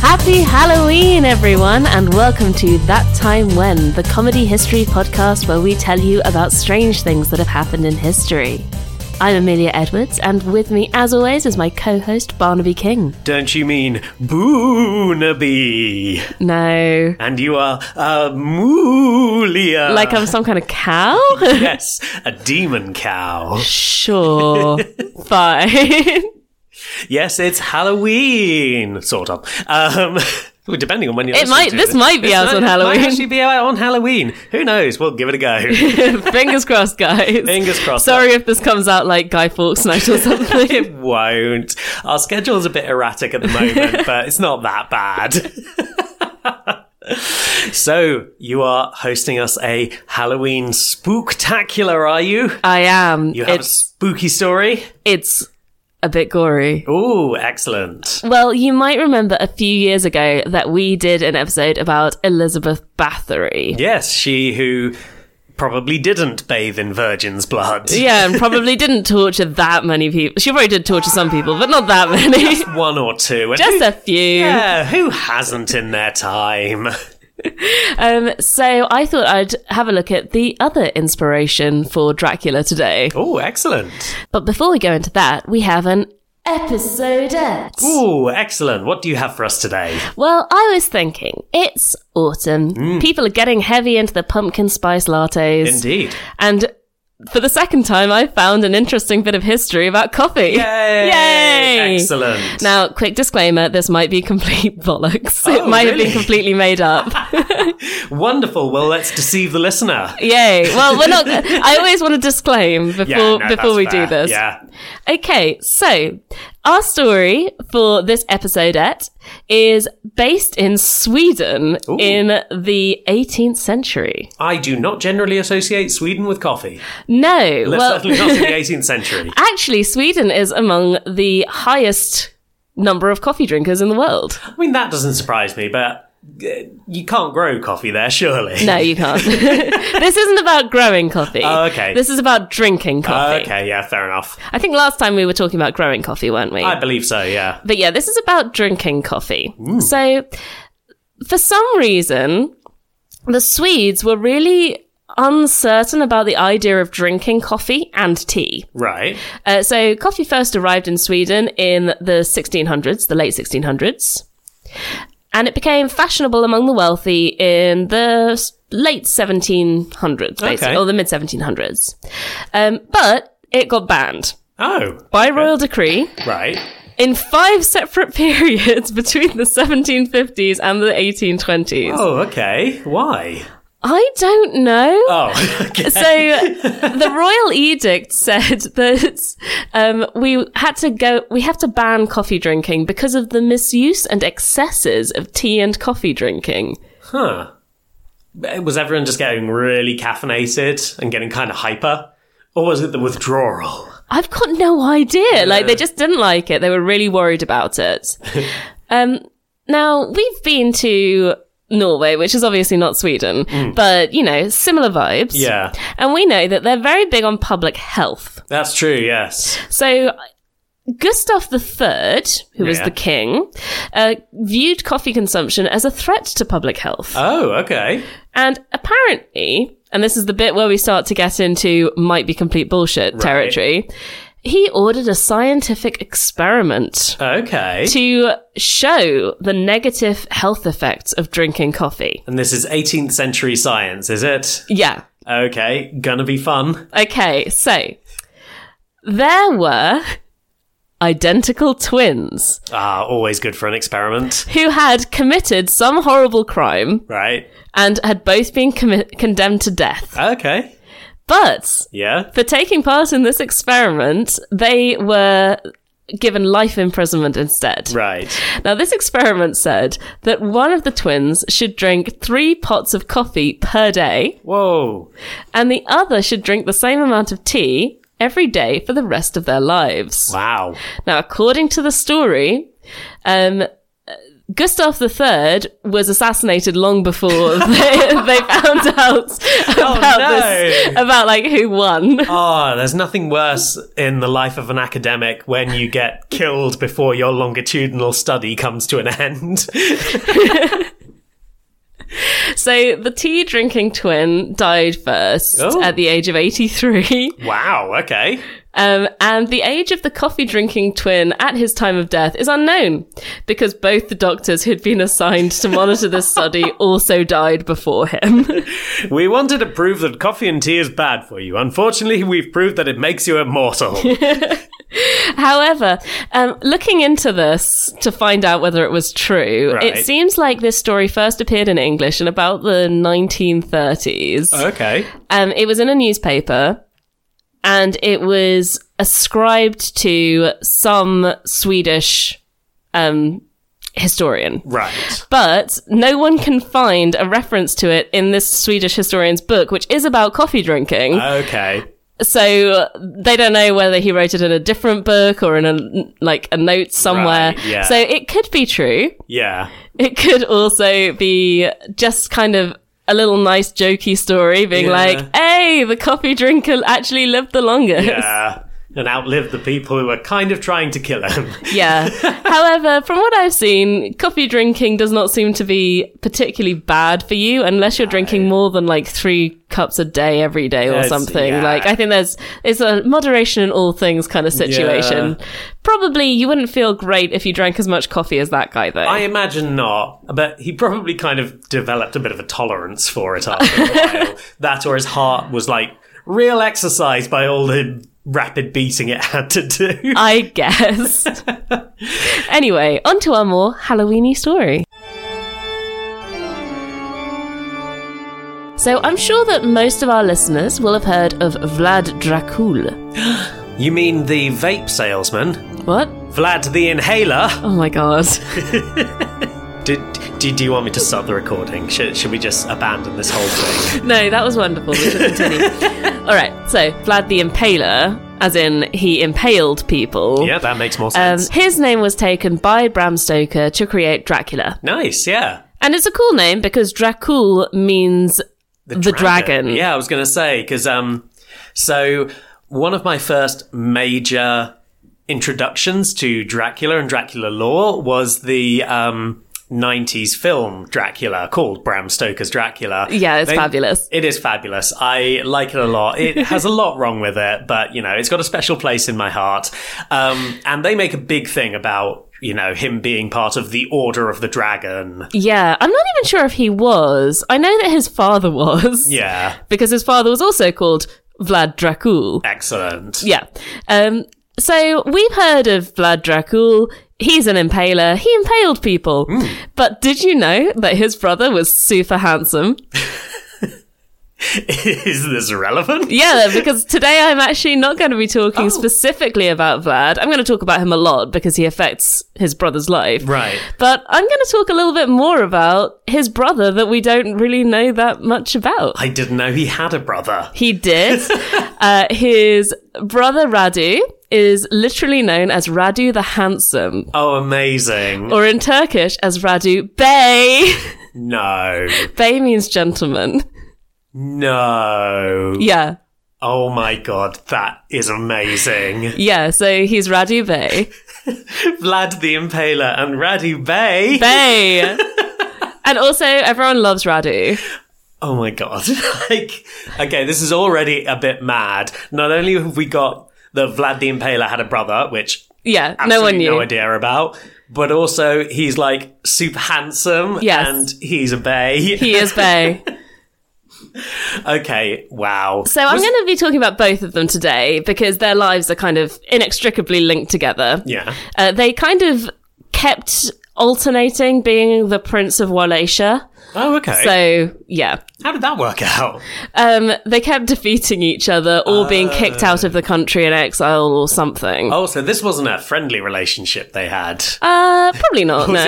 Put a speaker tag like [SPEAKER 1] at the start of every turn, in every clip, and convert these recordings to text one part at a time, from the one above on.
[SPEAKER 1] Happy Halloween, everyone, and welcome to That Time When, the comedy history podcast where we tell you about strange things that have happened in history. I'm Amelia Edwards, and with me, as always, is my co host Barnaby King.
[SPEAKER 2] Don't you mean Boonaby?
[SPEAKER 1] No.
[SPEAKER 2] And you are a Moolia.
[SPEAKER 1] Like I'm some kind of cow?
[SPEAKER 2] yes, a demon cow.
[SPEAKER 1] sure. Fine.
[SPEAKER 2] Yes, it's Halloween, sort of. Um, well, depending on when you're
[SPEAKER 1] It
[SPEAKER 2] listening
[SPEAKER 1] might-
[SPEAKER 2] to
[SPEAKER 1] this might be out on
[SPEAKER 2] might
[SPEAKER 1] Halloween.
[SPEAKER 2] actually be out on Halloween. Who knows? We'll give it a go.
[SPEAKER 1] Fingers crossed, guys.
[SPEAKER 2] Fingers crossed.
[SPEAKER 1] Sorry if this comes out like Guy Fawkes night or something.
[SPEAKER 2] it won't. Our schedule's a bit erratic at the moment, but it's not that bad. so you are hosting us a Halloween spooktacular, are you?
[SPEAKER 1] I am.
[SPEAKER 2] You have a
[SPEAKER 1] It's-
[SPEAKER 2] spooky story.
[SPEAKER 1] it's a bit gory.
[SPEAKER 2] Ooh, excellent.
[SPEAKER 1] Well, you might remember a few years ago that we did an episode about Elizabeth Bathory.
[SPEAKER 2] Yes, she who probably didn't bathe in virgin's blood.
[SPEAKER 1] Yeah, and probably didn't torture that many people. She probably did torture some people, but not that many.
[SPEAKER 2] One or two. And
[SPEAKER 1] Just
[SPEAKER 2] who,
[SPEAKER 1] a few.
[SPEAKER 2] yeah, who hasn't in their time?
[SPEAKER 1] Um, so I thought I'd have a look at the other inspiration for Dracula today.
[SPEAKER 2] Oh, excellent.
[SPEAKER 1] But before we go into that, we have an episodette.
[SPEAKER 2] Ooh, excellent. What do you have for us today?
[SPEAKER 1] Well, I was thinking, it's autumn. People are getting heavy into the pumpkin spice lattes.
[SPEAKER 2] Mm. Indeed.
[SPEAKER 1] And for the second time, I found an interesting bit of history about coffee.
[SPEAKER 2] Yay!
[SPEAKER 1] Yay!
[SPEAKER 2] Excellent.
[SPEAKER 1] Now, quick disclaimer this might be complete bollocks. it
[SPEAKER 2] Oh,
[SPEAKER 1] might have
[SPEAKER 2] really?
[SPEAKER 1] been completely made up.
[SPEAKER 2] Wonderful. Well, let's deceive the listener.
[SPEAKER 1] Yay. Well, we're not. I always want to disclaim before,
[SPEAKER 2] Yeah, no,
[SPEAKER 1] before
[SPEAKER 2] that's
[SPEAKER 1] we
[SPEAKER 2] fair.
[SPEAKER 1] do this.
[SPEAKER 2] Yeah.
[SPEAKER 1] Okay, so our story for this episodette is based in Sweden in the 18th century.
[SPEAKER 2] I do not generally associate Sweden with coffee.
[SPEAKER 1] No, well,
[SPEAKER 2] Certainly not in the 18th century.
[SPEAKER 1] actually, Sweden is among the highest number of coffee drinkers in the world.
[SPEAKER 2] I mean, that doesn't surprise me, but uh, you can't grow coffee there, surely.
[SPEAKER 1] No, you can't. this isn't about growing coffee.
[SPEAKER 2] Oh, okay. Uh,
[SPEAKER 1] This is about drinking coffee.
[SPEAKER 2] Okay, yeah, fair enough.
[SPEAKER 1] I think last time we were talking about growing coffee, weren't we?
[SPEAKER 2] I believe so, yeah.
[SPEAKER 1] But yeah, this is about drinking coffee. So, for some reason, the Swedes were really uncertain about the idea of drinking coffee and tea.
[SPEAKER 2] Right.
[SPEAKER 1] Uh, so, coffee first arrived in Sweden in the 1600s, the late 1600s. And it became fashionable among the wealthy in the s- late 1700s, basically,
[SPEAKER 2] Okay.
[SPEAKER 1] or the mid 1700s. Um, but it got banned
[SPEAKER 2] Oh.
[SPEAKER 1] by royal decree
[SPEAKER 2] Right.
[SPEAKER 1] in five separate periods between the 1750s and the 1820s.
[SPEAKER 2] Oh, okay. Why?
[SPEAKER 1] I don't know.
[SPEAKER 2] Oh, okay.
[SPEAKER 1] So the royal edict said that um, we had to go. We have to ban coffee drinking because of the misuse and excesses of tea and coffee drinking.
[SPEAKER 2] Huh. Was everyone just getting really caffeinated and getting kind of hyper? Or was it the withdrawal?
[SPEAKER 1] I've got no idea. Like they just didn't like it. They were really worried about it. um, now we've been to Norway, which is obviously not Sweden, but you know, similar vibes.
[SPEAKER 2] Yeah.
[SPEAKER 1] And we know that they're very big on public health.
[SPEAKER 2] That's true, yes.
[SPEAKER 1] So Gustav III, who was
[SPEAKER 2] Yeah.
[SPEAKER 1] the king, uh, viewed coffee consumption as a threat to public health.
[SPEAKER 2] Oh, okay.
[SPEAKER 1] and apparently, and this is the bit where we start to get into might be complete bullshit territory, he ordered a scientific experiment
[SPEAKER 2] Okay.
[SPEAKER 1] to show the negative health effects of drinking coffee.
[SPEAKER 2] And this is 18th century science, is it?
[SPEAKER 1] Yeah.
[SPEAKER 2] Okay, gonna be fun.
[SPEAKER 1] Okay, so there were identical twins
[SPEAKER 2] Ah, always good for an experiment,
[SPEAKER 1] who had committed some horrible crime
[SPEAKER 2] right?
[SPEAKER 1] and had both been commi- condemned to death.
[SPEAKER 2] Okay.
[SPEAKER 1] But
[SPEAKER 2] Yeah.
[SPEAKER 1] for taking part in this experiment, they were given life imprisonment instead.
[SPEAKER 2] Right.
[SPEAKER 1] Now, this experiment said that one of the twins should drink three pots of coffee per day,
[SPEAKER 2] Whoa.
[SPEAKER 1] and the other should drink the same amount of tea every day for the rest of their lives.
[SPEAKER 2] Wow.
[SPEAKER 1] Now, according to the story, um, Gustav III was assassinated long before they, they found out about
[SPEAKER 2] Oh, no.
[SPEAKER 1] this, about like who won.
[SPEAKER 2] Oh, there's nothing worse in the life of an academic when you get killed before your longitudinal study comes to an end.
[SPEAKER 1] So the tea drinking twin died first
[SPEAKER 2] Oh.
[SPEAKER 1] at the age of 83.
[SPEAKER 2] wow, okay.
[SPEAKER 1] Um, and the age of the coffee drinking twin at his time of death is unknown because both the doctors who'd been assigned to monitor this study also died before him.
[SPEAKER 2] We wanted to prove that coffee and tea is bad for you. Unfortunately, we've proved that it makes you immortal.
[SPEAKER 1] However, um, looking into this to find out whether it was true,
[SPEAKER 2] Right.
[SPEAKER 1] it seems like this story first appeared in English in about the 1930s.
[SPEAKER 2] okay.
[SPEAKER 1] Um, it was in a newspaper and it was ascribed to some Swedish um, historian.
[SPEAKER 2] Right.
[SPEAKER 1] But no one can find a reference to it in this Swedish historian's book, which is about coffee drinking.
[SPEAKER 2] Okay.
[SPEAKER 1] so they don't know whether he wrote it in a different book or in a like a note somewhere.
[SPEAKER 2] Right, yeah.
[SPEAKER 1] So it could be true.
[SPEAKER 2] Yeah.
[SPEAKER 1] It could also be just kind of a little nice jokey story being
[SPEAKER 2] Yeah.
[SPEAKER 1] like, hey, the coffee drinker actually lived the longest.
[SPEAKER 2] Yeah. Uh, And outlived the people who were kind of trying to kill him.
[SPEAKER 1] Yeah. However, from what I've seen, coffee drinking does not seem to be particularly bad for you unless you're drinking more than like three cups a day every day or
[SPEAKER 2] Yes,
[SPEAKER 1] something.
[SPEAKER 2] yeah.
[SPEAKER 1] Like, I think there's, it's a moderation in all things kind of situation. Probably you wouldn't feel great if you drank as much coffee as that guy though.
[SPEAKER 2] I imagine not, but he probably kind of developed a bit of a tolerance for it after a while. That or his heart was like real exercise by all the rapid beating it had to do.
[SPEAKER 1] I guess. anyway, on to our more Halloweeny story. So I'm sure that most of our listeners will have heard of Vlad Dracul.
[SPEAKER 2] You mean the vape salesman?
[SPEAKER 1] What?
[SPEAKER 2] Vlad the inhaler?
[SPEAKER 1] Oh my god.
[SPEAKER 2] Did, do, do you want me to stop the recording? Should, should we just abandon this whole thing?
[SPEAKER 1] No, that was wonderful. We should continue. All right. So Vlad the Impaler, as in he impaled people.
[SPEAKER 2] yeah, that makes more
[SPEAKER 1] Um,
[SPEAKER 2] sense.
[SPEAKER 1] his name was taken by Bram Stoker to create Dracula.
[SPEAKER 2] nice, yeah.
[SPEAKER 1] And it's a cool name because Dracul means the, dragon.
[SPEAKER 2] Yeah, I was going to say because um, so one of my first major introductions to Dracula and Dracula lore was the um. 90s film Dracula called Bram Stoker's Dracula.
[SPEAKER 1] Yeah, it's fabulous.
[SPEAKER 2] It is fabulous. I like it a lot. It has a lot wrong with it, but you know, it's got a special place in my heart. Um, and they make a big thing about, you know, him being part of the Order of the Dragon.
[SPEAKER 1] Yeah, I'm not even sure if he was. I know that his father was.
[SPEAKER 2] Yeah.
[SPEAKER 1] Because his father was also called Vlad Dracul.
[SPEAKER 2] Excellent.
[SPEAKER 1] Yeah. Um, so we've heard of Vlad Dracul. He's an impaler. He impaled people.
[SPEAKER 2] Hmm.
[SPEAKER 1] But did you know that his brother was super handsome?
[SPEAKER 2] is this relevant?
[SPEAKER 1] Yeah, because today I'm actually not going to be
[SPEAKER 2] Oh.
[SPEAKER 1] talking specifically about Vlad. I'm going to talk about him a lot because he affects his brother's life.
[SPEAKER 2] Right.
[SPEAKER 1] But I'm going to talk a little bit more about his brother that we don't really know that much about.
[SPEAKER 2] I didn't know he had a brother.
[SPEAKER 1] He did. uh, his brother Radu is literally known as Radu the Handsome,
[SPEAKER 2] Oh, amazing.
[SPEAKER 1] or in Turkish as Radu Bey.
[SPEAKER 2] No.
[SPEAKER 1] Bey means gentleman.
[SPEAKER 2] No.
[SPEAKER 1] Yeah.
[SPEAKER 2] Oh my god, that is amazing.
[SPEAKER 1] Yeah. So he's Radu Bey.
[SPEAKER 2] Vlad the Impaler and Radu Bay.
[SPEAKER 1] Bey. and also, everyone loves Radu.
[SPEAKER 2] oh my god. like, okay, this is already a bit mad. Not only have we got that Vlad the Impaler had a brother, which
[SPEAKER 1] Yeah. no one
[SPEAKER 2] absolutely
[SPEAKER 1] knew.
[SPEAKER 2] no idea about, but also he's like super handsome
[SPEAKER 1] Yes.
[SPEAKER 2] and he's a bay.
[SPEAKER 1] He is Bey.
[SPEAKER 2] okay, wow.
[SPEAKER 1] So I'm going to be talking about both of them today because their lives are kind of inextricably linked together.
[SPEAKER 2] yeah.
[SPEAKER 1] Uh, they kind of kept alternating being the Prince of Wallachia.
[SPEAKER 2] Oh, okay.
[SPEAKER 1] So, yeah.
[SPEAKER 2] How did that work out?
[SPEAKER 1] Um, they kept defeating each other or being kicked out of the country in exile or something.
[SPEAKER 2] Oh, so this wasn't a friendly relationship they had.
[SPEAKER 1] Uh, probably not, no.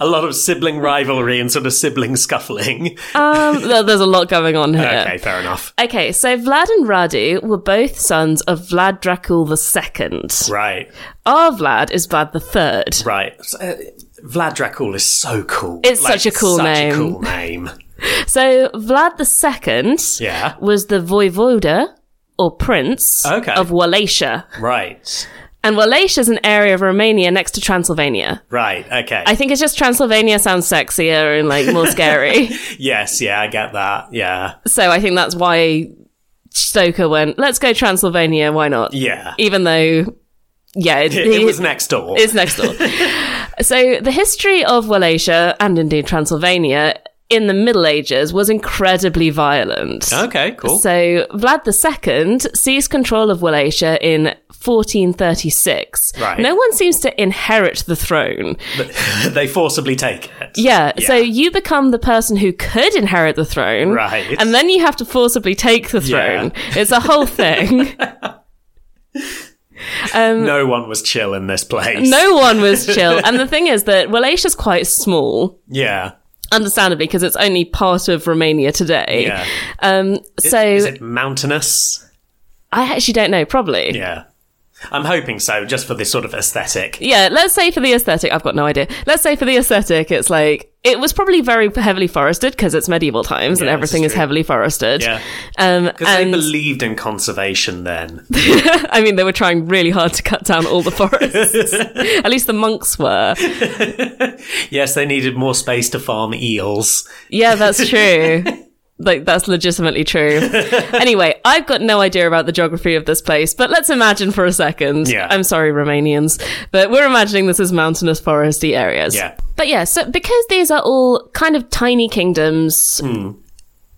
[SPEAKER 2] a lot of sibling rivalry and sort of sibling scuffling.
[SPEAKER 1] um, th- there's a lot going on here.
[SPEAKER 2] Okay, fair enough.
[SPEAKER 1] Okay, so Vlad and Radu were both sons of Vlad Dracul II.
[SPEAKER 2] Right,
[SPEAKER 1] Our Vlad is Vlad III.
[SPEAKER 2] right. So, uh, Vlad Dracul is so cool.
[SPEAKER 1] It's such a cool
[SPEAKER 2] such
[SPEAKER 1] name.
[SPEAKER 2] A cool name.
[SPEAKER 1] So Vlad II
[SPEAKER 2] Yeah.
[SPEAKER 1] was the voivoda or prince
[SPEAKER 2] Okay.
[SPEAKER 1] of Wallachia.
[SPEAKER 2] Right.
[SPEAKER 1] And Wallachia is an area of Romania next to Transylvania.
[SPEAKER 2] Right. Okay.
[SPEAKER 1] I think it's just Transylvania sounds sexier and like more scary.
[SPEAKER 2] yes. Yeah. I get that. Yeah.
[SPEAKER 1] so I think that's why Stoker went, let's go Transylvania, why not?
[SPEAKER 2] Yeah.
[SPEAKER 1] Even though, yeah, it,
[SPEAKER 2] It, it was next door.
[SPEAKER 1] it's next door. so the history of Wallachia and indeed Transylvania in the Middle Ages was incredibly violent.
[SPEAKER 2] Okay. Ah, Cool.
[SPEAKER 1] So Vlad II seized control of Wallachia in 1436.
[SPEAKER 2] Right.
[SPEAKER 1] No one seems to inherit the throne.
[SPEAKER 2] they forcibly take it.
[SPEAKER 1] Yeah, so you become the person who could inherit the throne.
[SPEAKER 2] Right.
[SPEAKER 1] And then you have to forcibly take the
[SPEAKER 2] Yeah.
[SPEAKER 1] throne. It's a whole thing.
[SPEAKER 2] No one was chill in this place.
[SPEAKER 1] Mm. no one was chill. And the thing is that Wallachia is quite small,
[SPEAKER 2] Yeah.
[SPEAKER 1] understandably, because it's only part of Romania today.
[SPEAKER 2] Yeah.
[SPEAKER 1] Um, so
[SPEAKER 2] Is it mountainous?
[SPEAKER 1] I actually don't know, probably.
[SPEAKER 2] Yeah. I'm hoping so, just for this sort of aesthetic.
[SPEAKER 1] yeah, let's say for the aesthetic, I've got no idea. Let's say for the aesthetic, it's like it was probably very heavily forested because it's medieval times and
[SPEAKER 2] Yeah,
[SPEAKER 1] everything
[SPEAKER 2] this
[SPEAKER 1] is
[SPEAKER 2] is true.
[SPEAKER 1] heavily forested.
[SPEAKER 2] Yeah.
[SPEAKER 1] Um,
[SPEAKER 2] Because they
[SPEAKER 1] and
[SPEAKER 2] believed in conservation then.
[SPEAKER 1] I mean, they were trying really hard to cut down all the forests. At least the monks were.
[SPEAKER 2] yes, they needed more space to farm eels.
[SPEAKER 1] Yeah, that's true. Like that's legitimately true. Anyway, I've got no idea about the geography of this place, but let's imagine for a second.
[SPEAKER 2] Yeah.
[SPEAKER 1] I'm sorry, Romanians, but we're imagining this is mountainous foresty areas.
[SPEAKER 2] Yeah.
[SPEAKER 1] But yeah, so because these are all kind of tiny kingdoms
[SPEAKER 2] Hmm.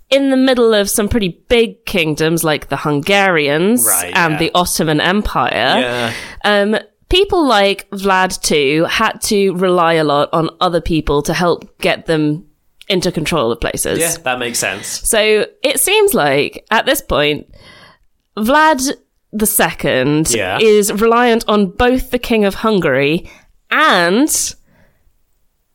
[SPEAKER 1] in the middle of some pretty big kingdoms like the Hungarians
[SPEAKER 2] Right,
[SPEAKER 1] and
[SPEAKER 2] yeah.
[SPEAKER 1] the Ottoman Empire,
[SPEAKER 2] Yeah.
[SPEAKER 1] um, people like Vlad II had to rely a lot on other people to help get them into control of places.
[SPEAKER 2] Yeah, that makes sense.
[SPEAKER 1] So it seems like at this point, Vlad II
[SPEAKER 2] Yeah.
[SPEAKER 1] is reliant on both the King of Hungary and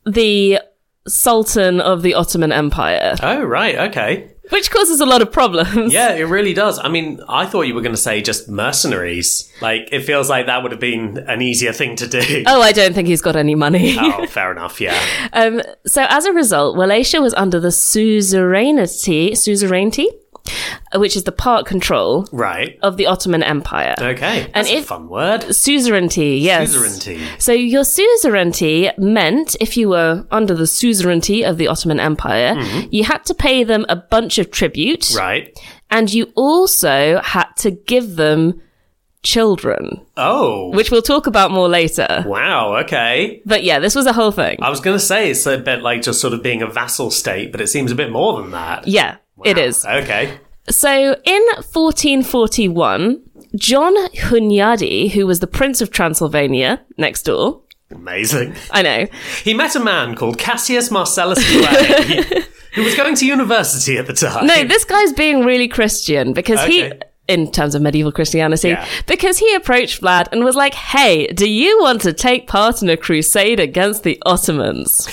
[SPEAKER 1] the Sultan of the Ottoman Empire,
[SPEAKER 2] Oh, right. Okay.
[SPEAKER 1] which causes a lot of problems.
[SPEAKER 2] Yeah, it really does. I mean, I thought you were going to say just mercenaries. Like, it feels like that would have been an easier thing to do.
[SPEAKER 1] Oh, I don't think he's got any money.
[SPEAKER 2] oh, fair enough. Yeah.
[SPEAKER 1] Um, so as a result, Wallachia was under the suzerainty, suzerainty, uh, which is the part control
[SPEAKER 2] Right.
[SPEAKER 1] of the Ottoman Empire.
[SPEAKER 2] Okay. That's a
[SPEAKER 1] if-
[SPEAKER 2] fun word.
[SPEAKER 1] Suzerainty, yes.
[SPEAKER 2] Suzerainty.
[SPEAKER 1] So your suzerainty meant if you were under the suzerainty of the Ottoman Empire, you had to pay them a bunch of tribute,
[SPEAKER 2] Mm-hmm. Right.
[SPEAKER 1] and you also had to give them children,
[SPEAKER 2] Oh.
[SPEAKER 1] which we'll talk about more later.
[SPEAKER 2] Wow. Okay.
[SPEAKER 1] But yeah, this was a whole thing.
[SPEAKER 2] I was going to say it's a bit like just sort of being a vassal state, but it seems a bit more than that.
[SPEAKER 1] yeah, it is.
[SPEAKER 2] Okay.
[SPEAKER 1] So in 1441, John Hunyadi, who was the Prince of Transylvania next door,
[SPEAKER 2] Amazing.
[SPEAKER 1] I know,
[SPEAKER 2] He met a man called Cassius Marcellus Clay, who was going to university at the time.
[SPEAKER 1] No, this guy's being really Christian because he,
[SPEAKER 2] Okay.
[SPEAKER 1] in terms of medieval Christianity,
[SPEAKER 2] Yeah.
[SPEAKER 1] because he approached Vlad and was like, hey, do you want to take part in a crusade against the Ottomans?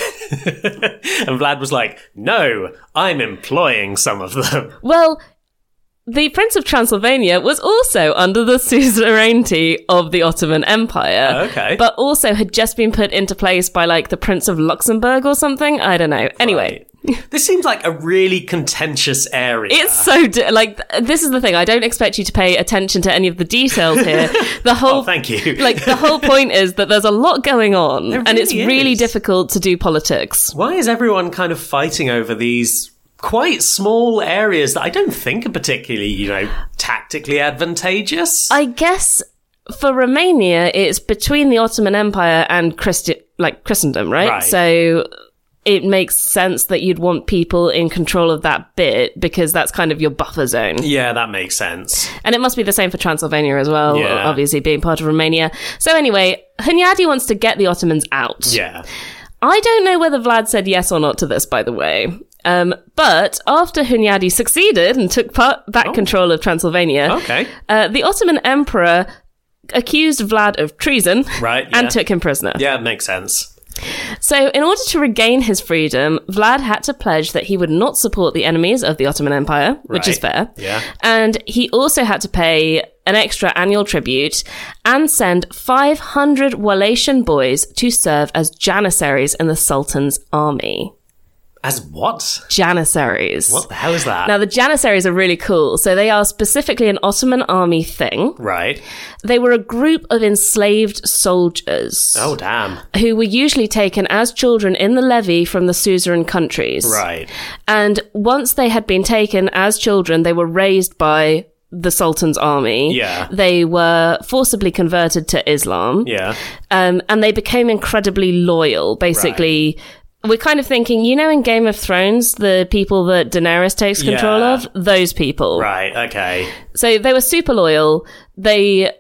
[SPEAKER 2] And Vlad was like, no, I'm employing some of them.
[SPEAKER 1] well, the Prince of Transylvania was also under the suzerainty of the Ottoman Empire.
[SPEAKER 2] Oh, Okay.
[SPEAKER 1] But also had just been put into place by like the Prince of Luxembourg or something. I don't know. Anyway.
[SPEAKER 2] Right. This seems like a really contentious area.
[SPEAKER 1] It's so di- like th- this is the thing. I don't expect you to pay attention to any of the details here. The whole
[SPEAKER 2] Oh, thank you.
[SPEAKER 1] like the whole point is that there's a lot going on and it's
[SPEAKER 2] really
[SPEAKER 1] really
[SPEAKER 2] is.
[SPEAKER 1] difficult to do politics.
[SPEAKER 2] Why is everyone kind of fighting over these quite small areas that I don't think are particularly, you know, tactically advantageous?
[SPEAKER 1] I guess for Romania it's between the Ottoman Empire and Christi- like Christendom, right?
[SPEAKER 2] Right.
[SPEAKER 1] So it makes sense that you'd want people in control of that bit because that's kind of your buffer zone.
[SPEAKER 2] yeah, that makes sense.
[SPEAKER 1] And it must be the same for Transylvania as well,
[SPEAKER 2] Yeah.
[SPEAKER 1] obviously being part of Romania. So anyway, Hunyadi wants to get the Ottomans out.
[SPEAKER 2] Yeah.
[SPEAKER 1] I don't know whether Vlad said yes or not to this, by the way. Um, but after Hunyadi succeeded and took part,
[SPEAKER 2] Oh.
[SPEAKER 1] back control of Transylvania,
[SPEAKER 2] Okay.
[SPEAKER 1] uh, the Ottoman Emperor accused Vlad of treason
[SPEAKER 2] Right,
[SPEAKER 1] and
[SPEAKER 2] yeah.
[SPEAKER 1] took him prisoner.
[SPEAKER 2] Yeah, it makes sense.
[SPEAKER 1] So, in order to regain his freedom, Vlad had to pledge that he would not support the enemies of the Ottoman Empire, which is fair.
[SPEAKER 2] Right. Yeah.
[SPEAKER 1] And he also had to pay an extra annual tribute and send 500 Wallachian boys to serve as janissaries in the Sultan's army.
[SPEAKER 2] As what?
[SPEAKER 1] Janissaries.
[SPEAKER 2] What the hell is that?
[SPEAKER 1] Now, the janissaries are really cool. So, they are specifically an Ottoman army thing.
[SPEAKER 2] right.
[SPEAKER 1] They were a group of enslaved soldiers
[SPEAKER 2] Oh, damn.
[SPEAKER 1] who were usually taken as children in the levy from the suzerain countries.
[SPEAKER 2] Right.
[SPEAKER 1] And once they had been taken as children, they were raised by the Sultan's army.
[SPEAKER 2] Yeah.
[SPEAKER 1] They were forcibly converted to Islam.
[SPEAKER 2] Yeah.
[SPEAKER 1] Um, and they became incredibly loyal. Basically, we're kind of thinking, you know, in Game of Thrones, the people that Daenerys takes control
[SPEAKER 2] Yeah.
[SPEAKER 1] of, those people.
[SPEAKER 2] Right. Okay.
[SPEAKER 1] So they were super loyal. They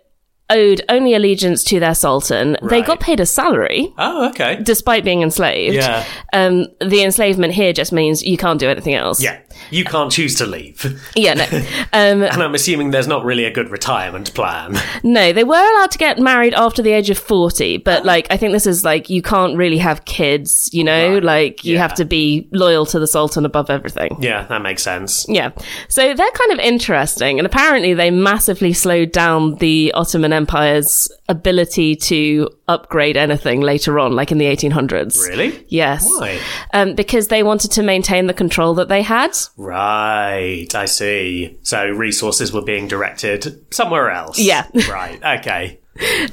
[SPEAKER 1] owed only allegiance to their Sultan. They
[SPEAKER 2] Right.
[SPEAKER 1] got paid a salary
[SPEAKER 2] Oh, okay.
[SPEAKER 1] despite being enslaved.
[SPEAKER 2] Yeah.
[SPEAKER 1] Um, the enslavement here just means you can't do anything else.
[SPEAKER 2] Yeah. You can't choose to leave.
[SPEAKER 1] Yeah, no. Um,
[SPEAKER 2] And I'm assuming there's not really a good retirement plan.
[SPEAKER 1] no, they were allowed to get married after the age of 40, but like, I think this is like, you can't really have kids, you know? Like, you
[SPEAKER 2] Yeah.
[SPEAKER 1] have to be loyal to the Sultan above everything.
[SPEAKER 2] Yeah, that makes sense.
[SPEAKER 1] Yeah. So they're kind of interesting. And apparently they massively slowed down the Ottoman Empire's ability to upgrade anything later on, like in the 1800s.
[SPEAKER 2] Really?
[SPEAKER 1] Yes.
[SPEAKER 2] Why?
[SPEAKER 1] Um, because they wanted to maintain the control that they had.
[SPEAKER 2] Right, I see. So resources were being directed somewhere else.
[SPEAKER 1] Yeah.
[SPEAKER 2] Right, okay.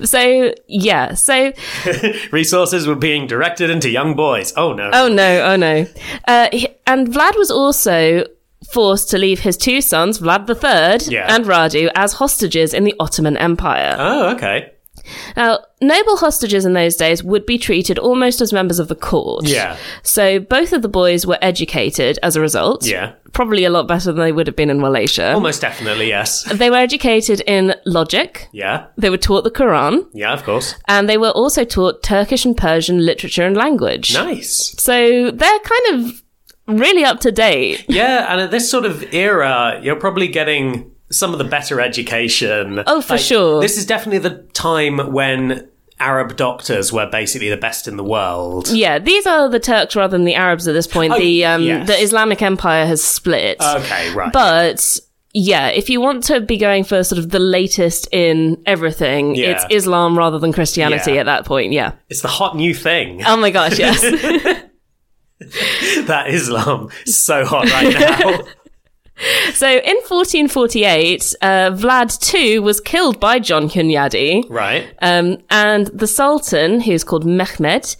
[SPEAKER 1] So yeah, so
[SPEAKER 2] Resources were being directed into young boys. Oh no.
[SPEAKER 1] oh no, oh no, uh, he- and Vlad was also forced to leave his two sons, Vlad the Third
[SPEAKER 2] Yeah.
[SPEAKER 1] and Radu, as hostages in the Ottoman Empire.
[SPEAKER 2] Oh, okay.
[SPEAKER 1] Now, noble hostages in those days would be treated almost as members of the court.
[SPEAKER 2] Yeah.
[SPEAKER 1] So both of the boys were educated as a result.
[SPEAKER 2] Yeah. Oh
[SPEAKER 1] Probably a lot better than they would have been in Wallachia.
[SPEAKER 2] Almost definitely, yes.
[SPEAKER 1] They were educated in logic.
[SPEAKER 2] Yeah.
[SPEAKER 1] They were taught the Quran,
[SPEAKER 2] Yeah, of course.
[SPEAKER 1] and they were also taught Turkish and Persian literature and language.
[SPEAKER 2] Nice.
[SPEAKER 1] So they're kind of really up to date.
[SPEAKER 2] Yeah, and at this sort of era, you're probably getting some of the better education.
[SPEAKER 1] Oh, for sure.
[SPEAKER 2] This is definitely the time when Arab doctors were basically the best in the world.
[SPEAKER 1] Yeah, these are the Turks rather than the Arabs at this point. the um,
[SPEAKER 2] Oh, yes. Uh,
[SPEAKER 1] the Islamic Empire has split,
[SPEAKER 2] Okay, right.
[SPEAKER 1] but yeah, if you want to be going for sort of the latest in everything,
[SPEAKER 2] Yeah.
[SPEAKER 1] it's Islam rather than Christianity
[SPEAKER 2] Yeah.
[SPEAKER 1] at that point. Yeah.
[SPEAKER 2] it's the hot new thing.
[SPEAKER 1] Oh my gosh, yes. Oh.
[SPEAKER 2] That Islam is so hot right now.
[SPEAKER 1] so in 1448, uh, Vlad II was killed by John Hunyadi.
[SPEAKER 2] right.
[SPEAKER 1] Um, and the Sultan, who's called Mehmed,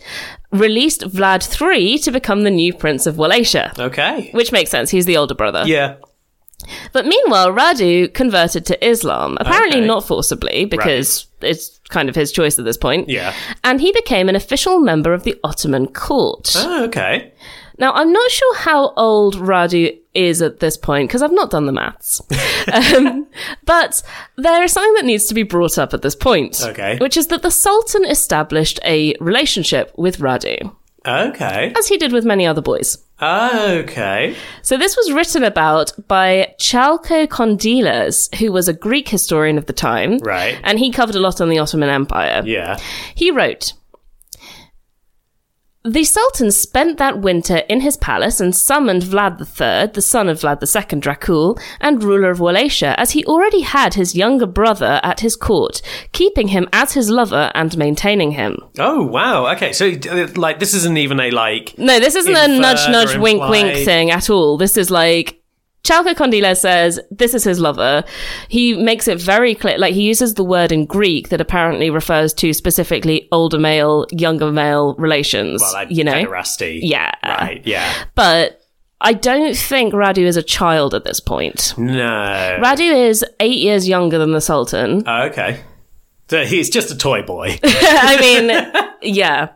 [SPEAKER 1] released Vlad III to become the new Prince of Wallachia,
[SPEAKER 2] Okay.
[SPEAKER 1] which makes sense. He's the older brother.
[SPEAKER 2] Yeah.
[SPEAKER 1] But meanwhile, Radu converted to Islam, apparently
[SPEAKER 2] Okay.
[SPEAKER 1] not forcibly, because it's kind of his choice at this point.
[SPEAKER 2] Yeah.
[SPEAKER 1] And he became an official member of the Ottoman court.
[SPEAKER 2] Oh, okay.
[SPEAKER 1] Now, I'm not sure how old Radu is at this point because I've not done the maths. um, but there is something that needs to be brought up at this point.
[SPEAKER 2] Okay.
[SPEAKER 1] Which is that the Sultan established a relationship with Radu,
[SPEAKER 2] Okay.
[SPEAKER 1] as he did with many other boys.
[SPEAKER 2] Okay.
[SPEAKER 1] So this was written about by Chalco Condilas, who was a Greek historian of the time.
[SPEAKER 2] Right.
[SPEAKER 1] And he covered a lot on the Ottoman Empire.
[SPEAKER 2] Yeah.
[SPEAKER 1] He wrote The Sultan spent that winter in his palace and summoned Vlad III, the son of Vlad II Dracul, and ruler of Wallachia, as he already had his younger brother at his court, keeping him as his lover and maintaining him.
[SPEAKER 2] Oh, wow. Okay. So, uh, like, this isn't even a, like,
[SPEAKER 1] No, this isn't a
[SPEAKER 2] Inferred
[SPEAKER 1] nudge,
[SPEAKER 2] or
[SPEAKER 1] nudge, wink, wink
[SPEAKER 2] implied.
[SPEAKER 1] thing at all. This is like. Chalka Kondila says this is his lover. He makes it very clear, like he uses the word in Greek that apparently refers to specifically older male, younger male relations.
[SPEAKER 2] like
[SPEAKER 1] you know,
[SPEAKER 2] pederasty.
[SPEAKER 1] yeah.
[SPEAKER 2] Right. Yeah.
[SPEAKER 1] But I don't think Radu is a child at this point.
[SPEAKER 2] No.
[SPEAKER 1] Radu is eight years younger than the Sultan.
[SPEAKER 2] Oh, okay. So he's just a toy boy.
[SPEAKER 1] I mean, yeah.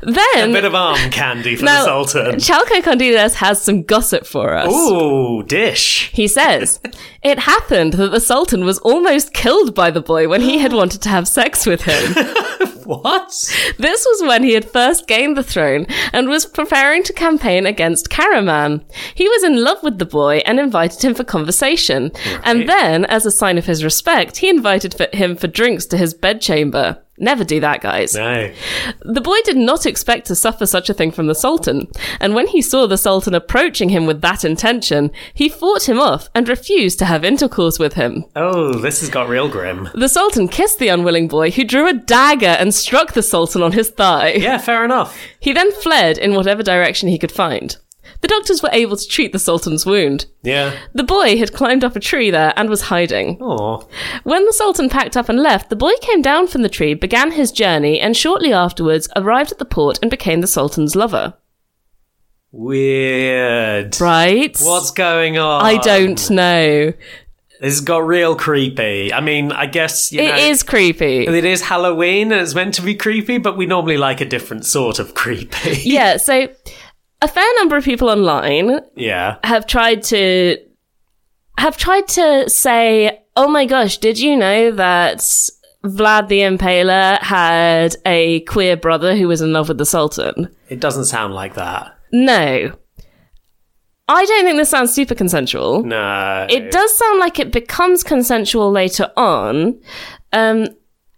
[SPEAKER 1] Then
[SPEAKER 2] Bit of arm candy for
[SPEAKER 1] Now-
[SPEAKER 2] the Sultan.
[SPEAKER 1] Chalco Condilas has some gossip for us.
[SPEAKER 2] Ooh, dish.
[SPEAKER 1] He says, It happened that the Sultan was almost killed by the boy when he had wanted to have sex with him.
[SPEAKER 2] What?
[SPEAKER 1] This was when he had first gained the throne and was preparing to campaign against Karaman. He was in love with the boy and invited him for conversation. And then, as a sign of his respect, he invited for- him for drinks to his bedchamber. Never do that, guys.
[SPEAKER 2] No.
[SPEAKER 1] The boy did not expect to suffer such a thing from the Sultan, and when he saw the Sultan approaching him with that intention, he fought him off and refused to have intercourse with him.
[SPEAKER 2] Oh, this has got real grim.
[SPEAKER 1] The Sultan kissed the unwilling boy, who drew a dagger and struck the Sultan on his thigh.
[SPEAKER 2] Yeah, fair enough.
[SPEAKER 1] He then fled in whatever direction he could find. The doctors were able to treat the Sultan's wound.
[SPEAKER 2] Yeah.
[SPEAKER 1] The boy had climbed up a tree there and was hiding.
[SPEAKER 2] Oh,
[SPEAKER 1] When the Sultan packed up and left, the boy came down from the tree, began his journey, and shortly afterwards arrived at the port and became the Sultan's lover.
[SPEAKER 2] weird.
[SPEAKER 1] Right?
[SPEAKER 2] What's going on?
[SPEAKER 1] I don't know.
[SPEAKER 2] This has got real creepy. I mean, I guess you know,
[SPEAKER 1] It is creepy.
[SPEAKER 2] It is Halloween and it's meant to be creepy, but we normally like a different sort of creepy.
[SPEAKER 1] Yeah, so a fair number of people online
[SPEAKER 2] yeah.
[SPEAKER 1] have tried to have tried to say, "Oh my gosh, did you know that Vlad the Impaler had a queer brother who was in love with the Sultan?"
[SPEAKER 2] It doesn't sound like that.
[SPEAKER 1] No. I don't think this sounds super consensual.
[SPEAKER 2] No.
[SPEAKER 1] It does sound like it becomes consensual later on. Um,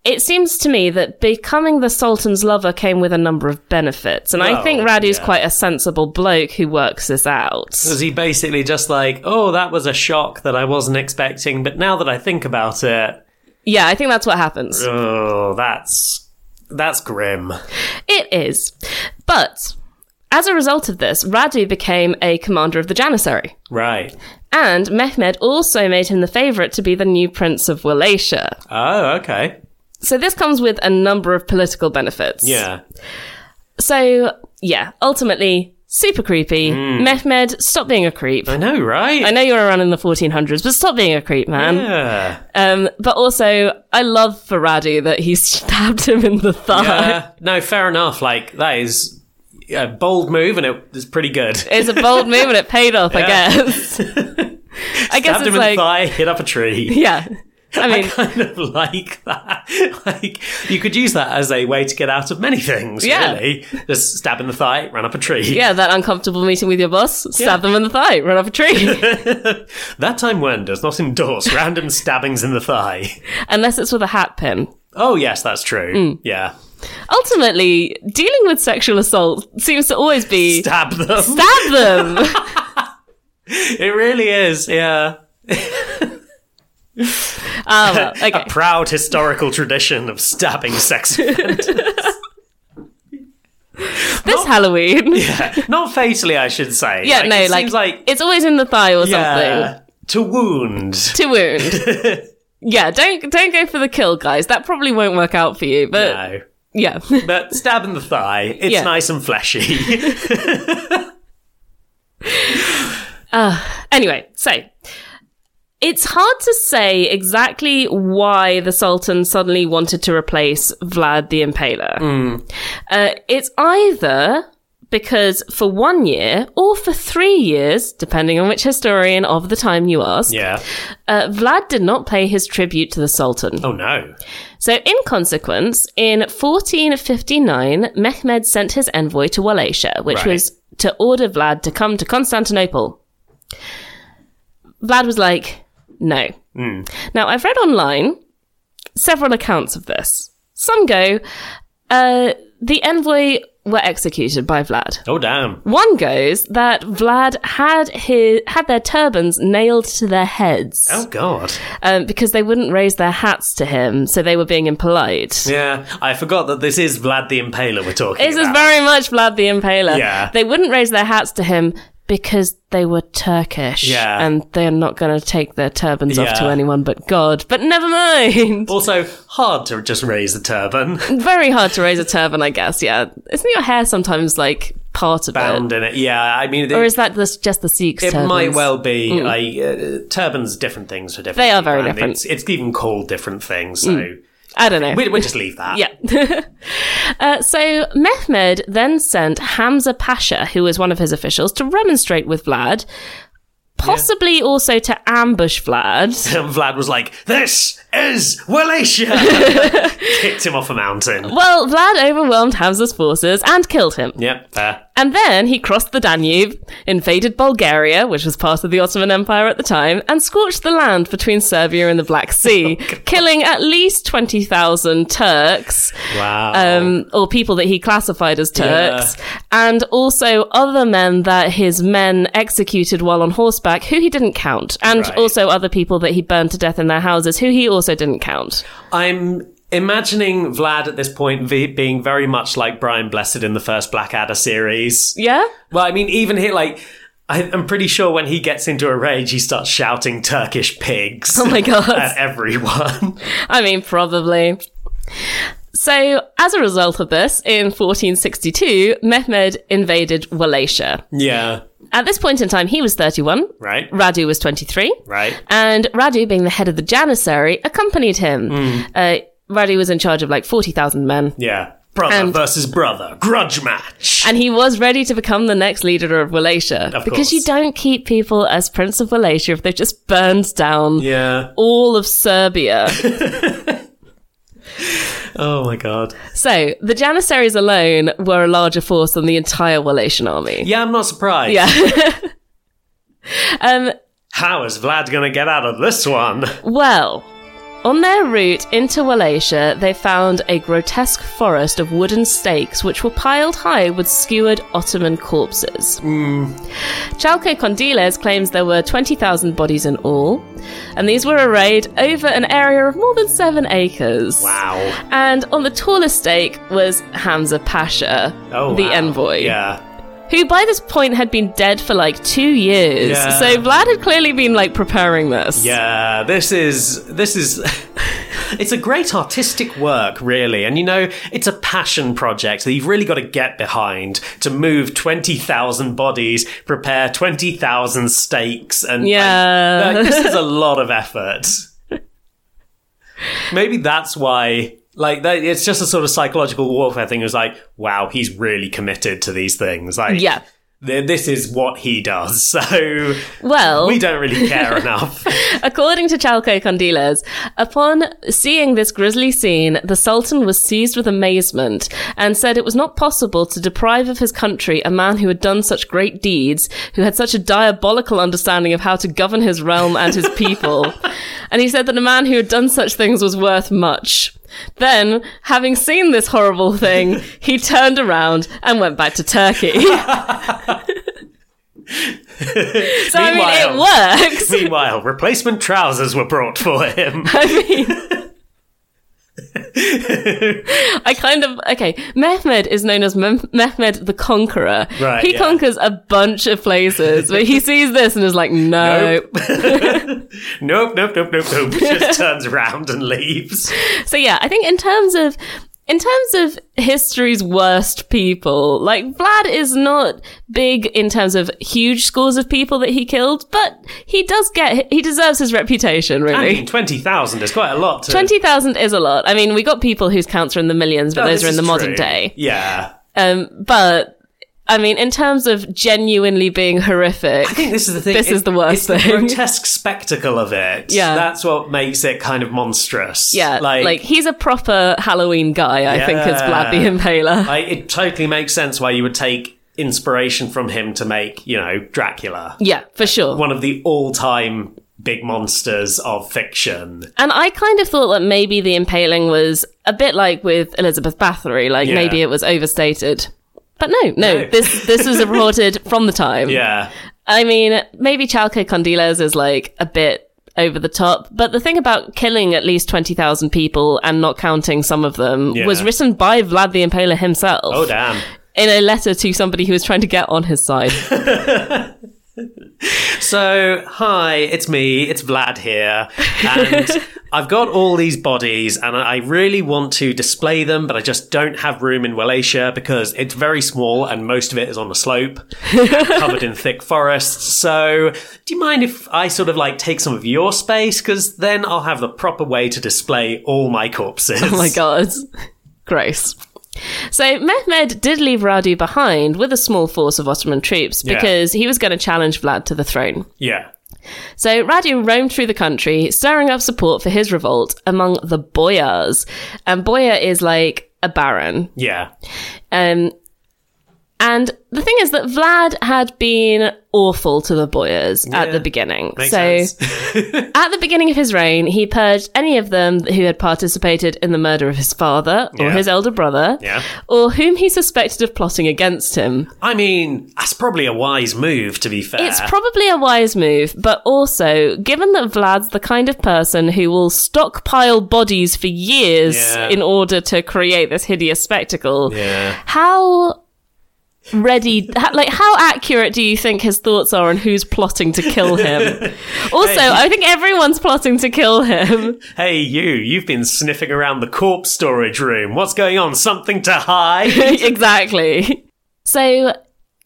[SPEAKER 1] it seems to me that becoming the Sultan's lover came with a number of benefits, and I
[SPEAKER 2] Well,
[SPEAKER 1] think Radu's
[SPEAKER 2] yeah.
[SPEAKER 1] quite a sensible bloke who works this out.
[SPEAKER 2] was he basically just like, oh, that was a shock that I wasn't expecting, but now that I think about it,
[SPEAKER 1] Yeah, I think that's what happens.
[SPEAKER 2] oh, that's that's grim.
[SPEAKER 1] It is. But as a result of this, Radu became a commander of the Janissary.
[SPEAKER 2] Right.
[SPEAKER 1] And Mehmed also made him the favourite to be the new Prince of Wallachia.
[SPEAKER 2] Oh, okay.
[SPEAKER 1] So this comes with a number of political benefits.
[SPEAKER 2] Yeah.
[SPEAKER 1] So, yeah, ultimately, super creepy.
[SPEAKER 2] Hmm.
[SPEAKER 1] Mehmed, stop being a creep.
[SPEAKER 2] I know, right?
[SPEAKER 1] I know you were around in the 1400s, but stop being a creep, man.
[SPEAKER 2] Yeah.
[SPEAKER 1] Um, but also, I love for Radu that he stabbed him in the thigh.
[SPEAKER 2] Uh, no, fair enough. Like that is a bold move, and it is pretty good.
[SPEAKER 1] It's a bold move and it paid off, I guess. I guess it's
[SPEAKER 2] Stabbed him in
[SPEAKER 1] like,
[SPEAKER 2] the thigh, hit up a tree.
[SPEAKER 1] yeah. I mean,
[SPEAKER 2] kind of like that. Like you could use that as a way to get out of many things.
[SPEAKER 1] Yeah.
[SPEAKER 2] Really, just stab in the thigh, run up a tree.
[SPEAKER 1] yeah, that uncomfortable meeting with your boss, stab them in the thigh, run up a tree.
[SPEAKER 2] That time when does not endorse random stabbings in the thigh.
[SPEAKER 1] Unless it's with a hat pin.
[SPEAKER 2] Oh yes, that's true.
[SPEAKER 1] Hmm.
[SPEAKER 2] Yeah,
[SPEAKER 1] Ultimately, dealing with sexual assault seems to always be
[SPEAKER 2] stab them.
[SPEAKER 1] stab them.
[SPEAKER 2] it really is. Yeah.
[SPEAKER 1] Ah, well, okay.
[SPEAKER 2] Proud historical tradition of stabbing sex
[SPEAKER 1] this Halloween. Yeah,
[SPEAKER 2] Not fatally, I should say. Like,
[SPEAKER 1] no,
[SPEAKER 2] it
[SPEAKER 1] like,
[SPEAKER 2] seems like
[SPEAKER 1] it's always in the thigh or
[SPEAKER 2] yeah, to wound.
[SPEAKER 1] something to wound. yeah, don't don't go for the kill, guys. That probably won't work out for you. But
[SPEAKER 2] No,
[SPEAKER 1] yeah,
[SPEAKER 2] but stab in the thigh. It's
[SPEAKER 1] Yeah.
[SPEAKER 2] nice and fleshy.
[SPEAKER 1] anyway, so. It's hard to say exactly why the Sultan suddenly wanted to replace Vlad the Impaler.
[SPEAKER 2] Mm.
[SPEAKER 1] Uh, it's either because for one year or for three years, depending on which historian of the time you ask,
[SPEAKER 2] yeah.
[SPEAKER 1] uh, Vlad did not pay his tribute to the Sultan.
[SPEAKER 2] Oh no.
[SPEAKER 1] So, in consequence, in 1459, Mehmed sent his envoy to Wallachia, which
[SPEAKER 2] Right.
[SPEAKER 1] was to order Vlad to come to Constantinople. Vlad was like, no.
[SPEAKER 2] Hmm.
[SPEAKER 1] Now, I've read online several accounts of this. Some go, uh, the envoy were executed by Vlad.
[SPEAKER 2] Oh damn.
[SPEAKER 1] One goes that Vlad had his, had their turbans nailed to their heads
[SPEAKER 2] Oh god.
[SPEAKER 1] um, because they wouldn't raise their hats to him, so they were being impolite.
[SPEAKER 2] Yeah, I forgot that this is Vlad the Impaler we're talking
[SPEAKER 1] This is
[SPEAKER 2] about.
[SPEAKER 1] very much Vlad the Impaler.
[SPEAKER 2] Yeah.
[SPEAKER 1] They wouldn't raise their hats to him because they were Turkish.
[SPEAKER 2] Yeah.
[SPEAKER 1] And they're not going to take their turbans off to
[SPEAKER 2] Yeah.
[SPEAKER 1] anyone but God. But never mind.
[SPEAKER 2] also hard to just raise the turban
[SPEAKER 1] Very hard to raise a turban, I guess. Yeah. Isn't your hair sometimes like part of
[SPEAKER 2] bound in it. Yeah, I mean, it,
[SPEAKER 1] it? Or is that this, just the Sikhs?
[SPEAKER 2] it
[SPEAKER 1] turbans? Mm.
[SPEAKER 2] might well be like uh, turbans. Different things for different.
[SPEAKER 1] They are
[SPEAKER 2] people,
[SPEAKER 1] very
[SPEAKER 2] and
[SPEAKER 1] different.
[SPEAKER 2] It's, it's even called different things. So
[SPEAKER 1] I don't know.
[SPEAKER 2] we, we just leave that.
[SPEAKER 1] yeah. uh, so Mehmed then sent Hamza Pasha, who was one of his officials, to remonstrate with Vlad, possibly also to ambush Vlad.
[SPEAKER 2] And Vlad was like, "This is Wallachia." Kicked him off a mountain.
[SPEAKER 1] Well, Vlad overwhelmed Hamza's forces and killed him.
[SPEAKER 2] Yep, fair.
[SPEAKER 1] And then he crossed the Danube, invaded Bulgaria, which was part of the Ottoman Empire at the time, and scorched the land between Serbia and the Black Sea, killing at least 20,000 Turks,
[SPEAKER 2] Wow.
[SPEAKER 1] um, or people that he classified as Turks, and also other men that his men executed while on horseback who he didn't count, and
[SPEAKER 2] Right.
[SPEAKER 1] also other people that he burned to death in their houses who he also didn't count.
[SPEAKER 2] I'm imagining Vlad at this point v- being very much like Brian Blessed in the first Blackadder series.
[SPEAKER 1] Yeah?
[SPEAKER 2] Well, I mean, even here, like, I, I'm pretty sure when he gets into a rage, he starts shouting Turkish pigs
[SPEAKER 1] Oh my god.
[SPEAKER 2] at everyone.
[SPEAKER 1] I mean, probably. So, as a result of this, in 1462, Mehmed invaded Wallachia.
[SPEAKER 2] yeah.
[SPEAKER 1] At this point in time, he was 31,
[SPEAKER 2] Right?
[SPEAKER 1] Radu was 23,
[SPEAKER 2] Right.
[SPEAKER 1] and Radu, being the head of the Janissary, accompanied him.
[SPEAKER 2] Hmm.
[SPEAKER 1] Uh, Radu was in charge of like 40,000 men.
[SPEAKER 2] Yeah. Brother
[SPEAKER 1] And-
[SPEAKER 2] versus brother. Grudge match.
[SPEAKER 1] And he was ready to become the next leader of Wallachia.
[SPEAKER 2] Of
[SPEAKER 1] because
[SPEAKER 2] course.
[SPEAKER 1] you don't keep people as Prince of Wallachia if they've just burned down
[SPEAKER 2] yeah.
[SPEAKER 1] all of Serbia.
[SPEAKER 2] Oh my god.
[SPEAKER 1] so the Janissaries alone were a larger force than the entire Wallachian army.
[SPEAKER 2] Yeah, I'm not surprised.
[SPEAKER 1] Yeah. Um,
[SPEAKER 2] How is Vlad going to get out of this one?
[SPEAKER 1] well, on their route into Wallachia, they found a grotesque forest of wooden stakes which were piled high with skewered Ottoman corpses.
[SPEAKER 2] Hmm.
[SPEAKER 1] Chalco Condiles claims there were 20,000 bodies in all, and these were arrayed over an area of more than seven acres.
[SPEAKER 2] Wow.
[SPEAKER 1] And on the tallest stake was Hamza Pasha,
[SPEAKER 2] Oh,
[SPEAKER 1] the
[SPEAKER 2] wow.
[SPEAKER 1] envoy.
[SPEAKER 2] Yeah.
[SPEAKER 1] who by this point had been dead for like two years.
[SPEAKER 2] Yeah.
[SPEAKER 1] So Vlad had clearly been like preparing this.
[SPEAKER 2] Yeah. This is this is. It's a great artistic work, really. And you know, it's a passion project that you've really got to get behind to move 20,000 bodies, prepare 20,000 stakes. And
[SPEAKER 1] Yeah.
[SPEAKER 2] and- like, this is a lot of effort. Maybe that's why, like, that, it's just a sort of psychological warfare thing. It was like, wow, he's really committed to these things. Like,
[SPEAKER 1] Yeah.
[SPEAKER 2] th- this is what he does. So
[SPEAKER 1] Well,
[SPEAKER 2] we don't really care enough.
[SPEAKER 1] according to Chalco Condiles, upon seeing this grisly scene, the Sultan was seized with amazement and said it was not possible to deprive of his country a man who had done such great deeds, who had such a diabolical understanding of how to govern his realm and his people. and he said that a man who had done such things was worth much. Then, having seen this horrible thing, he turned around and went back to Turkey. so, I mean,
[SPEAKER 2] Meanwhile-
[SPEAKER 1] it works.
[SPEAKER 2] Meanwhile, replacement trousers were brought for him.
[SPEAKER 1] I mean, I kind of okay. Mehmed is known as Mem- Mehmed the Conqueror.
[SPEAKER 2] Right,
[SPEAKER 1] he
[SPEAKER 2] yeah.
[SPEAKER 1] conquers a bunch of places, but he sees this and is like, no.
[SPEAKER 2] Nope, nope, nope, nope, nope. Just turns around and leaves.
[SPEAKER 1] So yeah, I think in terms of in terms of history's worst people, like Vlad is not big in terms of huge scores of people that he killed, but he does get he deserves his reputation
[SPEAKER 2] I
[SPEAKER 1] really.
[SPEAKER 2] mean, 20,000 is quite a lot. To,
[SPEAKER 1] Twenty thousand is a lot. I mean, we got people whose counts are in the millions, but
[SPEAKER 2] Oh,
[SPEAKER 1] those
[SPEAKER 2] this
[SPEAKER 1] are in
[SPEAKER 2] is
[SPEAKER 1] the modern
[SPEAKER 2] true.
[SPEAKER 1] day.
[SPEAKER 2] Yeah.
[SPEAKER 1] Um, but I mean, in terms of genuinely being horrific,
[SPEAKER 2] I think this is the thing.
[SPEAKER 1] This
[SPEAKER 2] is
[SPEAKER 1] is the worst
[SPEAKER 2] it's The
[SPEAKER 1] thing.
[SPEAKER 2] grotesque spectacle of it.
[SPEAKER 1] Yeah.
[SPEAKER 2] that's what makes it kind of monstrous.
[SPEAKER 1] yeah, like, he's a proper Halloween guy. I think is Vlad the
[SPEAKER 2] Yeah.
[SPEAKER 1] Impaler.
[SPEAKER 2] I, it totally makes sense why you would take inspiration from him to make, you know, Dracula,
[SPEAKER 1] yeah, for sure.
[SPEAKER 2] one of the all-time big monsters of fiction.
[SPEAKER 1] And I kind of thought that maybe the impaling was a bit like with Elizabeth Bathory, like
[SPEAKER 2] Yeah.
[SPEAKER 1] maybe it was overstated. But no, no,
[SPEAKER 2] No.
[SPEAKER 1] this this was reported from the time.
[SPEAKER 2] Yeah,
[SPEAKER 1] I mean, maybe Chalco Condiles is like a bit over the top, but the thing about killing at least 20,000 people and not counting some of them
[SPEAKER 2] Yeah.
[SPEAKER 1] was written by Vlad the Impaler himself
[SPEAKER 2] oh damn.
[SPEAKER 1] in a letter to somebody who was trying to get on his side.
[SPEAKER 2] So, hi, it's me, it's Vlad here, and I've got all these bodies, and I really want to display them, but I just don't have room in Wallachia because it's very small and most of it is on a slope, and covered in thick forests. So, do you mind if I sort of like take some of your space? Because then I'll have the proper way to display all my corpses.
[SPEAKER 1] oh my god. Gross. So Mehmed did leave Radu behind with a small force of Ottoman troops
[SPEAKER 2] Yeah.
[SPEAKER 1] because he was going to challenge Vlad to the throne.
[SPEAKER 2] Yeah.
[SPEAKER 1] So Radu roamed through the country, stirring up support for his revolt among the boyars. And boyar is like a baron.
[SPEAKER 2] Yeah.
[SPEAKER 1] Um, And the thing is that Vlad had been awful to the Boyers at
[SPEAKER 2] Yeah.
[SPEAKER 1] the beginning.
[SPEAKER 2] Makes
[SPEAKER 1] so
[SPEAKER 2] sense.
[SPEAKER 1] at the beginning of his reign, he purged any of them who had participated in the murder of his father or
[SPEAKER 2] Yeah.
[SPEAKER 1] his elder brother
[SPEAKER 2] Yeah.
[SPEAKER 1] or whom he suspected of plotting against him.
[SPEAKER 2] I mean, that's probably a wise move, to be fair.
[SPEAKER 1] It's probably a wise move, but also, given that Vlad's the kind of person who will stockpile bodies for years
[SPEAKER 2] Yeah.
[SPEAKER 1] in order to create this hideous spectacle,
[SPEAKER 2] yeah.
[SPEAKER 1] how ready, ha- like, how accurate do you think his thoughts are on who's plotting to kill him? also, I think everyone's plotting to kill him.
[SPEAKER 2] Hey, you, you've been sniffing around the corpse storage room. What's going on? Something to hide?
[SPEAKER 1] exactly. So,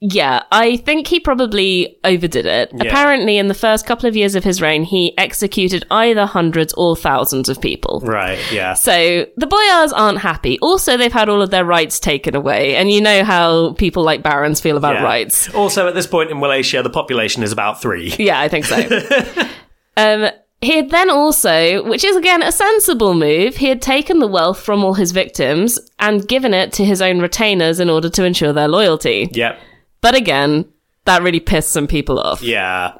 [SPEAKER 1] yeah, I think he probably overdid it. Apparently, in the first couple of years of his reign, he executed either hundreds or thousands of people.
[SPEAKER 2] right, yeah.
[SPEAKER 1] So the boyars aren't happy. Also, they've had all of their rights taken away, and you know how people like barons feel about
[SPEAKER 2] Yeah.
[SPEAKER 1] rights.
[SPEAKER 2] Also, at this point in Wallachia, the population is about three.
[SPEAKER 1] Yeah, I think so. um, he had then also, which is again a sensible move, he had taken the wealth from all his victims and given it to his own retainers in order to ensure their loyalty.
[SPEAKER 2] Yep.
[SPEAKER 1] But again, that really pissed some people off.
[SPEAKER 2] Yeah.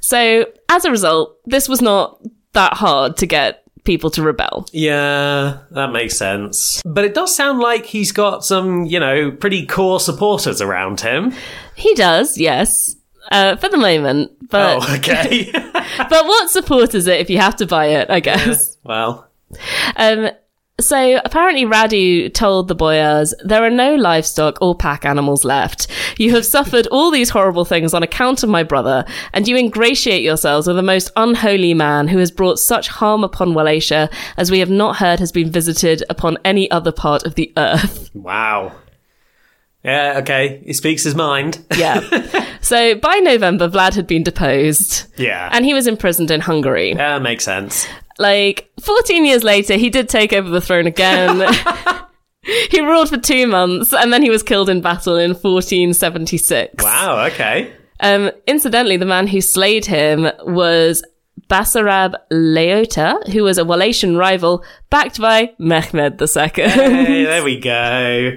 [SPEAKER 1] So as a result, this was not that hard to get people to rebel.
[SPEAKER 2] Yeah, that makes sense. But it does sound like he's got some, you know, pretty core supporters around him.
[SPEAKER 1] He does, yes, uh, for the moment. But
[SPEAKER 2] oh, okay.
[SPEAKER 1] but what support is it if you have to buy it? I guess.
[SPEAKER 2] well,
[SPEAKER 1] Um, so apparently Radu told the boyars, there are no livestock or pack animals left. You have suffered all these horrible things on account of my brother, and you ingratiate yourselves with a most unholy man who has brought such harm upon Wallachia as we have not heard has been visited upon any other part of the earth.
[SPEAKER 2] wow. Yeah, okay. He speaks his mind.
[SPEAKER 1] Yeah. so by November, Vlad had been deposed.
[SPEAKER 2] Yeah.
[SPEAKER 1] And he was imprisoned in Hungary.
[SPEAKER 2] yeah, makes sense.
[SPEAKER 1] like 14 years later he did take over the throne again he ruled for two months and then he was killed in battle in 1476
[SPEAKER 2] Wow, okay.
[SPEAKER 1] um, incidentally the man who slayed him was Basarab Leota, who was a Wallachian rival backed by Mehmed II.
[SPEAKER 2] Hey, there we go.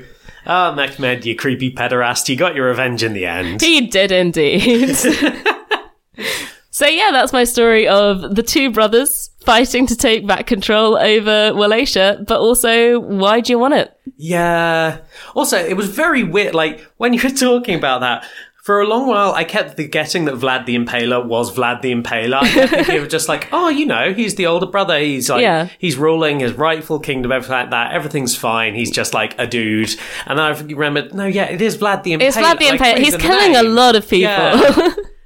[SPEAKER 2] Oh, Mehmed, you creepy pederast, you got your revenge in the end.
[SPEAKER 1] he did indeed. so, yeah, that's my story of the two brothers fighting to take back control over Wallachia, but also why do you want it?
[SPEAKER 2] Yeah. Also, it was very weird. Like, when you were talking about that, for a long while, I kept forgetting that Vlad the Impaler was Vlad the Impaler. I kept thinking it was just like, oh, you know, he's the older brother. He's like,
[SPEAKER 1] Yeah.
[SPEAKER 2] he's ruling his rightful kingdom, everything like that. Everything's fine. He's just like a dude. And then I remembered, no, yeah, it is Vlad the Impaler.
[SPEAKER 1] It's Vlad the
[SPEAKER 2] Like,
[SPEAKER 1] Impaler.
[SPEAKER 2] praise
[SPEAKER 1] He's
[SPEAKER 2] the
[SPEAKER 1] killing a
[SPEAKER 2] name.
[SPEAKER 1] lot of people.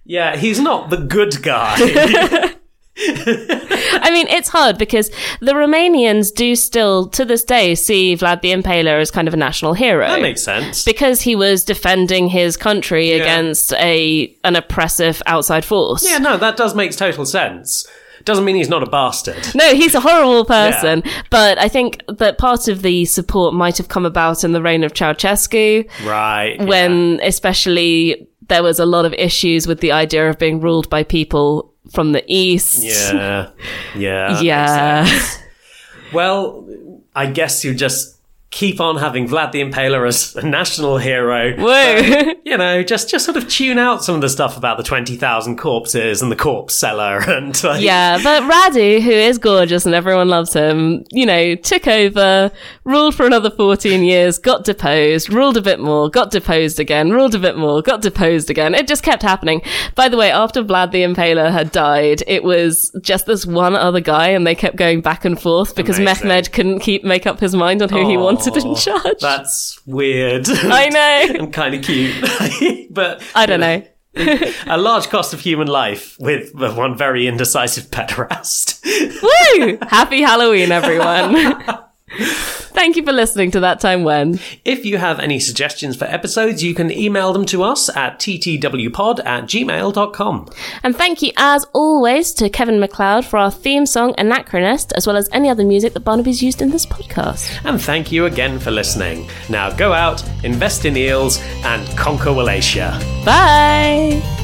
[SPEAKER 2] Yeah. yeah, he's not the good guy.
[SPEAKER 1] I mean, it's hard because the Romanians do still, to this day, see Vlad the Impaler as kind of a national hero.
[SPEAKER 2] that makes sense.
[SPEAKER 1] because he was defending his country against a an oppressive outside force.
[SPEAKER 2] Yeah, no, that does make total sense. Doesn't mean he's not a bastard.
[SPEAKER 1] No, he's a horrible person. But I think that part of the support might have come about in the reign of Ceausescu,
[SPEAKER 2] Right.
[SPEAKER 1] when especially there was a lot of issues with the idea of being ruled by people from the east.
[SPEAKER 2] Yeah. Yeah. that
[SPEAKER 1] Yeah.
[SPEAKER 2] makes sense. Well, I guess you just keep on having Vlad the Impaler as a national hero.
[SPEAKER 1] Whoa.
[SPEAKER 2] You know, just just sort of tune out some of the stuff about the twenty thousand corpses and the corpse seller and like,
[SPEAKER 1] Yeah, but Radu, who is gorgeous and everyone loves him, you know, took over, ruled for another 14 years, got deposed, ruled a bit more, got deposed again, ruled a bit more, got deposed again. It just kept happening. By the way, after Vlad the Impaler had died, it was just this one other guy and they kept going back and forth because
[SPEAKER 2] Amazing.
[SPEAKER 1] Mehmed couldn't keep make up his mind on who he wanted in
[SPEAKER 2] Aw,
[SPEAKER 1] charge.
[SPEAKER 2] That's weird.
[SPEAKER 1] I know.
[SPEAKER 2] and kind of cute, but
[SPEAKER 1] I don't know.
[SPEAKER 2] a large cost of human life with one very indecisive pederast.
[SPEAKER 1] Woo! Happy Halloween, everyone. Thank you for listening to That Time When.
[SPEAKER 2] If you have any suggestions for episodes, you can email them to us at ttwpod at gmail.com.
[SPEAKER 1] And thank you, as always, to Kevin McLeod for our theme song, Anachronist, as well as any other music that Barnaby's used in this podcast.
[SPEAKER 2] And thank you again for listening. Now go out, invest in eels, and conquer Wallachia.
[SPEAKER 1] Bye!